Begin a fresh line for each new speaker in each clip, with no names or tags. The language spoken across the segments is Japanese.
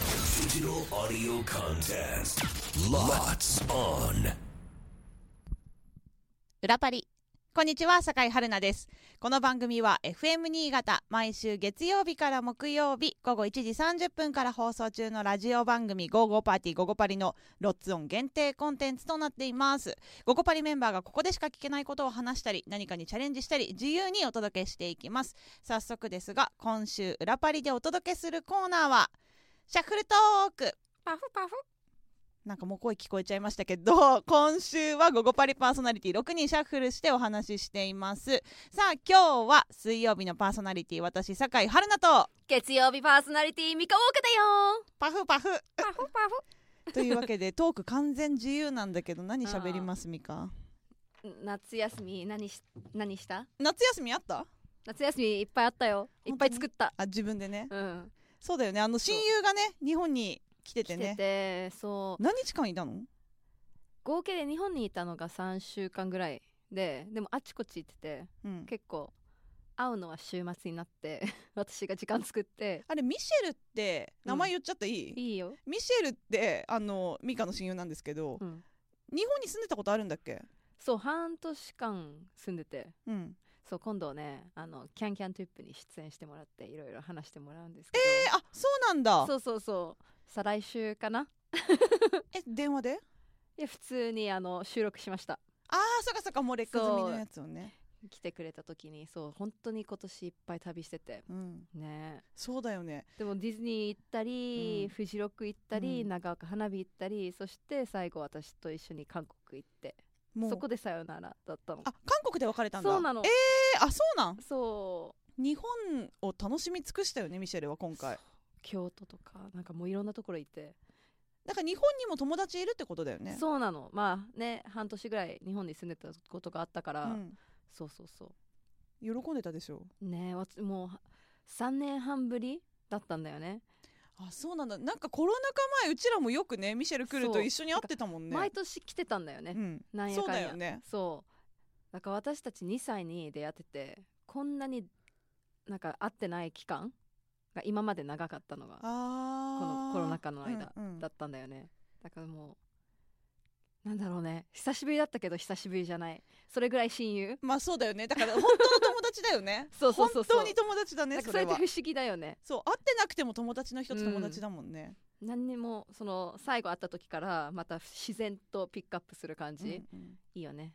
Digital audio contest. Lots on.
裏パリこんにちは坂井春奈ですこの番組は FM 新潟毎週月曜日から木曜日午後1時30分から放送中のラジオ番組「ゴーゴーパーティーゴーゴーパリ」のロッツオン限定コンテンツとなっていますゴゴパリメンバーがここでしか聞けないことを話したり何かにチャレンジしたり自由にお届けしていきます早速ですが今週裏パリでお届けするコーナーはシャッフルトーク
パフパフ
なんかもう声聞こえちゃいましたけど 今週は「午後パリ」パーソナリティ6人シャッフルしてお話ししていますさあ今日は水曜日のパーソナリティ私酒井春菜と
月曜日パーソナリティミカウォークだよ
パフパフ
パフ パ
というわけでトーク完全自由なんだけど何喋りますみか
フ夏休み何し何した
夏休みあった
夏休みいっぱいあったよいっぱい作った
あ自分でね
うん
そうだよねあの親友がね日本に来て
来
て
て
ね
てそう
何日間いたの
合計で日本にいたのが3週間ぐらいででもあちこち行ってて
うん
結構会うのは週末になって 私が時間作って
あれミシェルって名前言っちゃっていい、
いいよ、
ミシェルってあのミカの親友なんですけど、
うん、
日本に住んでたことあるんだっけ
そう半年間住んでて
うん
そう今度ねあのキャンキャントゥップに出演してもらっていろいろ話してもらうんですけど
えあそうなんだ
そうそうそう再来週かな
え電話で
いや普通にあの収録しました
ああそっかそっかもう劣化済みのやつをね
来てくれた時にそう本当に今年いっぱい旅してて
うん
ね
そうだよね
えでもディズニー行ったり、
うん
フジロック行ったり、
うん
長岡花火行ったりそして最後私と一緒に韓国行って
もう
そこでさよならだったの
あ韓国で別れたんだ
そうなの
えー、あそうなん
そう
日本を楽しみ尽くしたよねミシェルは今回
そう京都とかなんかもういろんなところ行って、
だから日本にも友達いるってことだよね
そうなのまあね半年ぐらい日本に住んでたことがあったから、
うん、
そうそうそ
喜んでたでしょ
うねえわつもう3年半ぶりだったんだよね
あそうなんだなんかコロナ禍前うちらもよくねミシェル来る
そ
と
う
一緒に会ってたもんね
毎年来てたんだよね、
うん、
なんや
そう
かん
だ
や
よね
そうだから私たち2歳に出会っててこんなになんか会ってない期間が今まで長かったのがこ
あ
の
あ
コロナ禍の間
うんうん
だったんだよね、だからもうなんだろうね久しぶりだったけど久しぶりじゃないそれぐらい親友
まあそうだよねだから本当の友達だよ ね
そうそうそうそう
本当に友達だね
なんか
そ
そ
れ
れって
は
不思議だよね
そう会ってなくても友達の人と
うん
友達だもんね、
何にもその最後会った時からまた自然とピックアップする感じ、
うんう
い
ん
いよね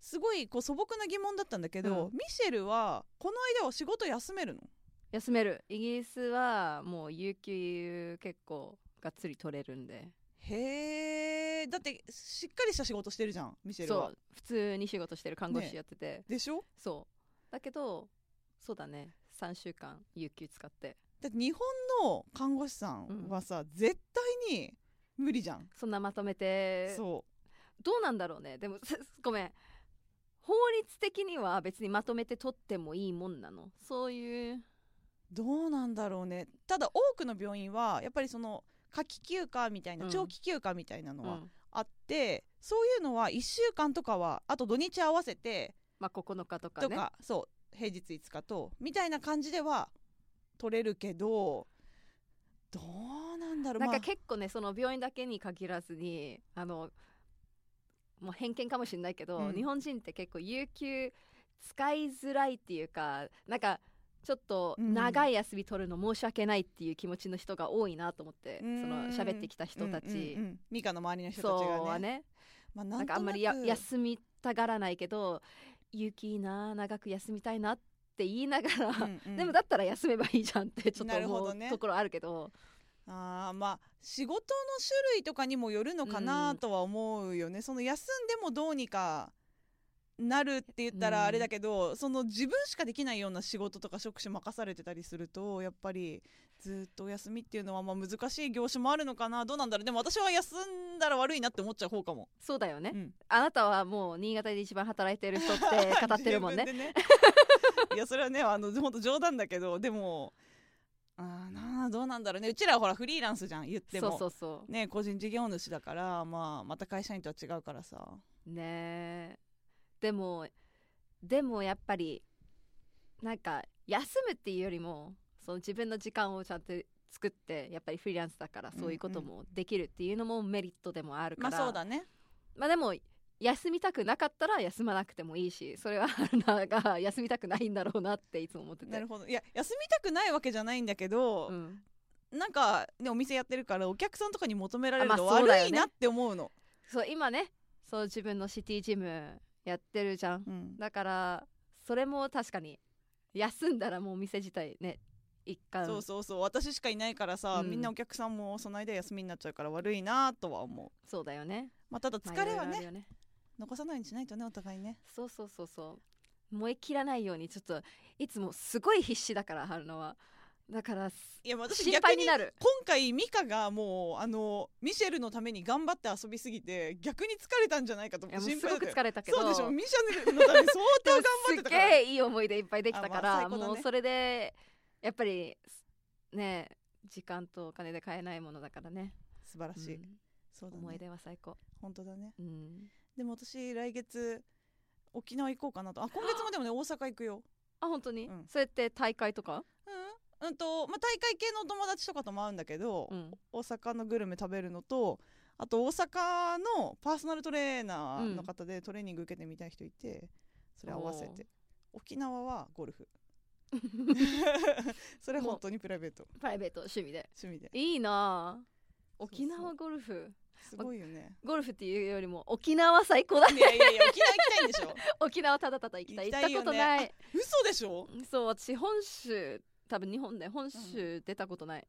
すごいこう素朴な疑問だったんだけど、
うん
ミシェルはこの間は仕事休めるの
休めるイギリスはもう有給結構がっつり取れるんで
へえだってしっかりした仕事してるじゃんミシェル
そ
は
う普通に仕事してる看護
ね
師やってて、
でしょ
そうだけどそうだね3週間有給使って
だって日本の看護師さんはさ、絶対に無理じゃん、
そんなまとめて
そ
どうなんだろうねでも ごめん法律的には別にまとめて取ってもいいもんなのそういう
うどうなんだろうねただ多くの病院はやっぱりその夏季休暇みたいな、
うん
長期休暇みたいなの
のは、
はあって、そういうのは1週間とかはあと土日合わせて
まあ9日とかね
とかそう平日5日とみたいな感じでは取れるけどどうなんだろう
なん
ま
か
あ
結構ねその病院だけに限らずにあのもう偏見かもしれないけど、
うん
日本人って結構有給使いづらいっていうかなんかちょっと
うん
長い休み取るの申し訳ないっていう気持ちの人が多いなと思って、
うん
その喋ってきた人たち、
うんうんうんミカの周りの人たち
そう
が
は
ね
ね
まあ、な
なんん
となく
かあんまりや休みたがらないけど有給いいな長く休みたいなって言いながら、
うんうん
でもだったら休めばいいじゃんってちょっと
なるほ
思
ど
う、
ね
ところあるけど
あーまあ仕事の種類とかにもよるのかなとは思うよね、その休んでもどうにかなるって言った
うん
らあれだけど、その自分しかできないような仕事とか職種任されてたりするとやっぱりずっとお休みっていうのはまあ難しい業種もあるのかなどうなんだろうでも私は休んだら悪いなって思っちゃう方かも。
そうだよね
う、ん
あなたはもう新潟で一番働いてる人 って語ってるもんね。
自分でいやそれはねあの本当冗談だけどでもあーなあどうなんだろうねうちらはほらフリーランスじゃん言っても
そうそうそ
ね個人事業主だから、まあ、また会社員とは違うからさ
う。ねえでもでもやっぱりなんか休むっていうよりもその自分の時間をちゃんと作ってやっぱりフリーランスだからそういうこともできるっていうのもメリットでもある
ま
から、
あそうだね
まあでも休みたくなかったら休まなくてもいいしそれはなんか休みたくないんだろうなっていつも思ってて
なるほどいや休みたくないわけじゃないんだけど、
うん
なんかねお店やってるからお客さんとかに求められる
あ
と
まあそうだ
悪
よね
いなって思うの、
そう今ねそう自分のシティジムやってるじゃん
うん
だからそれも確かに休んだらもうお店自体ね一回
そうそうそう私しかいないからさ、
うん
みんなお客さんもその間休みになっちゃうから悪いなとは思う、
そうだよね
まあ、ただ疲
まあ
れはい
ろいろあ
ね
るよ
残さないようにしないとねお互いね
そうそうそうそう燃え切らないようにちょっといつもすごい必死だから春菜はだからす
いや私
心配になる
今回ミカがもうあのミシェルのために頑張って遊びすぎて逆に疲れたんじゃないかと
い
思っ
や
て
もう
心
す
配だ
ご
った
く
よ
疲れたけ
そ
ど
うでしょミシェルのために相当頑張って
す
た
っ
か
げ
ら
えいい思い出いっぱいできたか
あまあ
ら、
最高だね
もうそれでやっぱりね時間とお金で買えないものだからね、
素晴らしい、
うん
そうだね
思い出は最高、
本当だね
うん、
でも私来月沖縄行こうかなとあ今月もでもね大阪行くよ
あ本当に、
うん
そうやって大会とか、
うん、うんとまあ、大会系のお友達とかとも会うんだけど、
うん、
大阪のグルメ食べるのとあと大阪のパーソナルトレーナーの方でトレーニング受けてみたい人いてそれ合わせて沖縄はゴル フそれ本当にプライベート
プライベート趣味で
趣味で
いいなあ
そう
沖縄ゴルフ
すごいよね
ゴルフっていうよりも沖縄最高だ
いやいやいや沖縄行きたいんでしょ
沖縄ただただ行きたい
行き
行ったた
いよね
ことない
嘘でしょ
そう私本州多分日本で本州出たことない、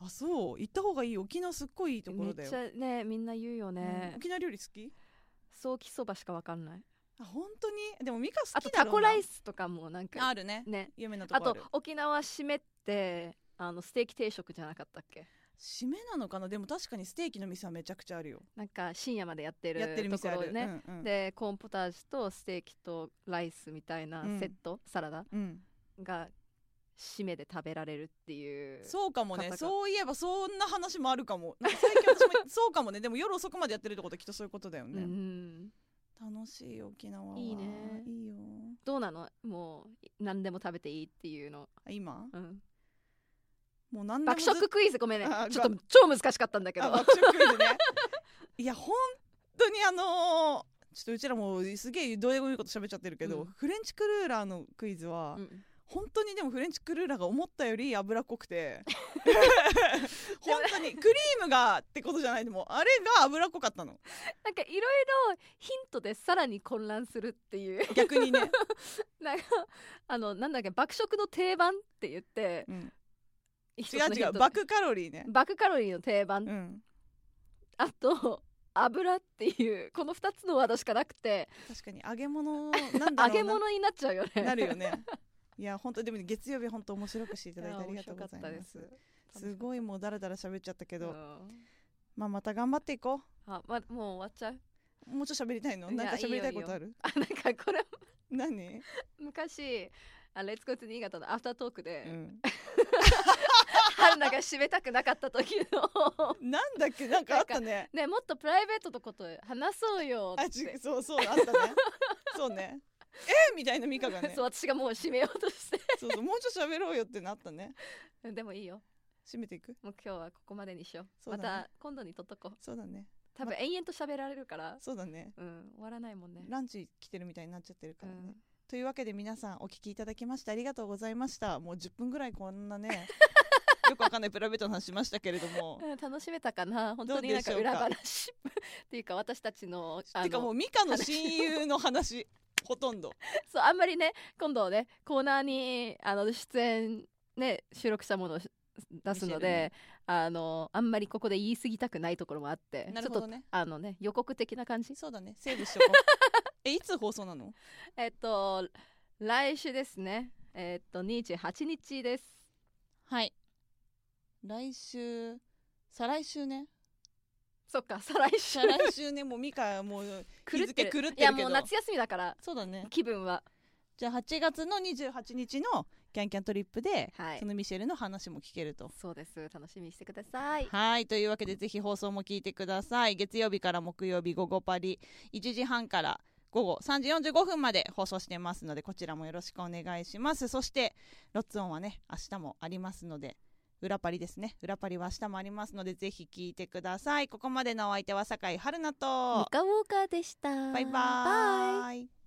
あそう行った方がいい沖縄すっごいいいとこ
め
ろ
っ
だよ
ちゃねみんな言うよね、
うん沖縄料理好き
ソーキそばしかわかんない
あ本当にでもミカ好
あ
き
と
だ
タ
ろうな
コライスとかもなんか
あるね
ね
有名なと
あ
こあ
と
る
沖縄締めってあのステーキ定食じゃなかったっけ
締めなのかなでも確かにステーキの店はめちゃくちゃあるよ
なんか深夜までやってる
やってる
と
店
こ
あ
ろ
る
ね、
うんうん、
でコーンポタージュとステーキとライスみたいな
うん
セット、サラダ
うん、
が締めで食べられるっていう
そうかもね
方が
そういえばそんな話もあるかもなんか最近私も そうかもねでも夜遅くまでやってるってことはきっとそういうことだよ
う
ね、
ん
楽しいよ沖縄はい
いね
いいよ
どうなのもう何でも食べていいっていうの、
あ今
うん、
もう何でも
爆
ずっ
食クイズごめんね
あ
ちょっと超難しかったんだけど
あ爆食クイズね いや本当にあのーちょっとうちらもうすげえどうでもいいこと喋っちゃってるけど、
うん
フレンチクルーラーのクイズは、
うん
本当にでもフレンチクルーラーが思ったより脂っこく て 本当にクリームがってことじゃないでもあれが脂っこかったの
なんかいろいろヒントでさらに混乱するっていう
逆にね、
なんかあのなんだっけ爆食の定番って言って
うん
一
違
つの
う
ヒ
違
ン
う
ト
バックカロリーね、
爆カロリーの定番、
うん、
あと油っていうこの2つのワードしかなくて
確かに揚げ物なんだろうな
揚げ物になっちゃうよね
なるよ
ね
ねいや本当でも月曜日本当面白くしていただいてありがとうございますすごいもうだらだら喋っちゃったけ
け
ど、
うん
まあまた頑張っていこ
あ、ま、もう終わっちゃう
うもうちょっと喋りたいの
いや
なんか喋りたい
いいよ
ことある
あなんかこれ
何、
昔あレッツゴーツ新潟のアフタートークで、
うん、
春菜が締めたくなかった時の
なんだっけなんかあったね
ねもっとプライベートのこと話そうよ
あ
っ
ち
て
そうそうあ ったねそうねえみたいなミカがね
そう私がもう締めようとして
そうそうもうちょっと喋ろうよってなったね
でもいいよ
締めていく
もう今日はここまでにしよう
そうだ
ま
ね
た今度にとっとこう
そうだね
多分延々と喋られるから、
そうだね
うん終わらないもんね
ランチ来てるみたいになっちゃってる
う
からね、
ん、
というわけで皆さんお聞きいただきましてありがとうございましたもう10分ぐらいこんな ねよくわかんないプライベートの話しましたけれども
うん楽しめたかな本当になんか
どうでしょう
裏
か
話 っていうか私たちのあ
てかも
の
うミカの親友の話ほとんど
そうあんまりね今度ねコーナーにあの出演ね収録したものを出すの
見せる
で
ね、
あのあんまりここで言い過ぎたくないところもあって
なるほどね
ちょっとあのね予告的な感じ
そうだねセーブしとこう えいつ放送なの
えっと来週ですねえっと28日です
はい来週再来週ね
そっか 再来週
再来週ねもうミカもう
狂
日
って
付狂ってる
いや
け
も
ど
う夏休みだから
そうだね
気分は
じゃあ8月の28日のキャンキャントリップで、
はい
そのミシェルの話も聞けると。
そうです楽しみにしてください
はいというわけでぜひ放送も聞いてください月曜日から木曜日午後パリ1時半から午後3時45分まで放送してますのでこちらもよろしくお願いしますそしてロッツオンはね明日もありますので裏パリですね裏パリは明日もありますのでぜひ聞いてくださいここまでのお相手は酒井春菜
ム
と
カウォーカーでした
バイバ
バイ
ーイ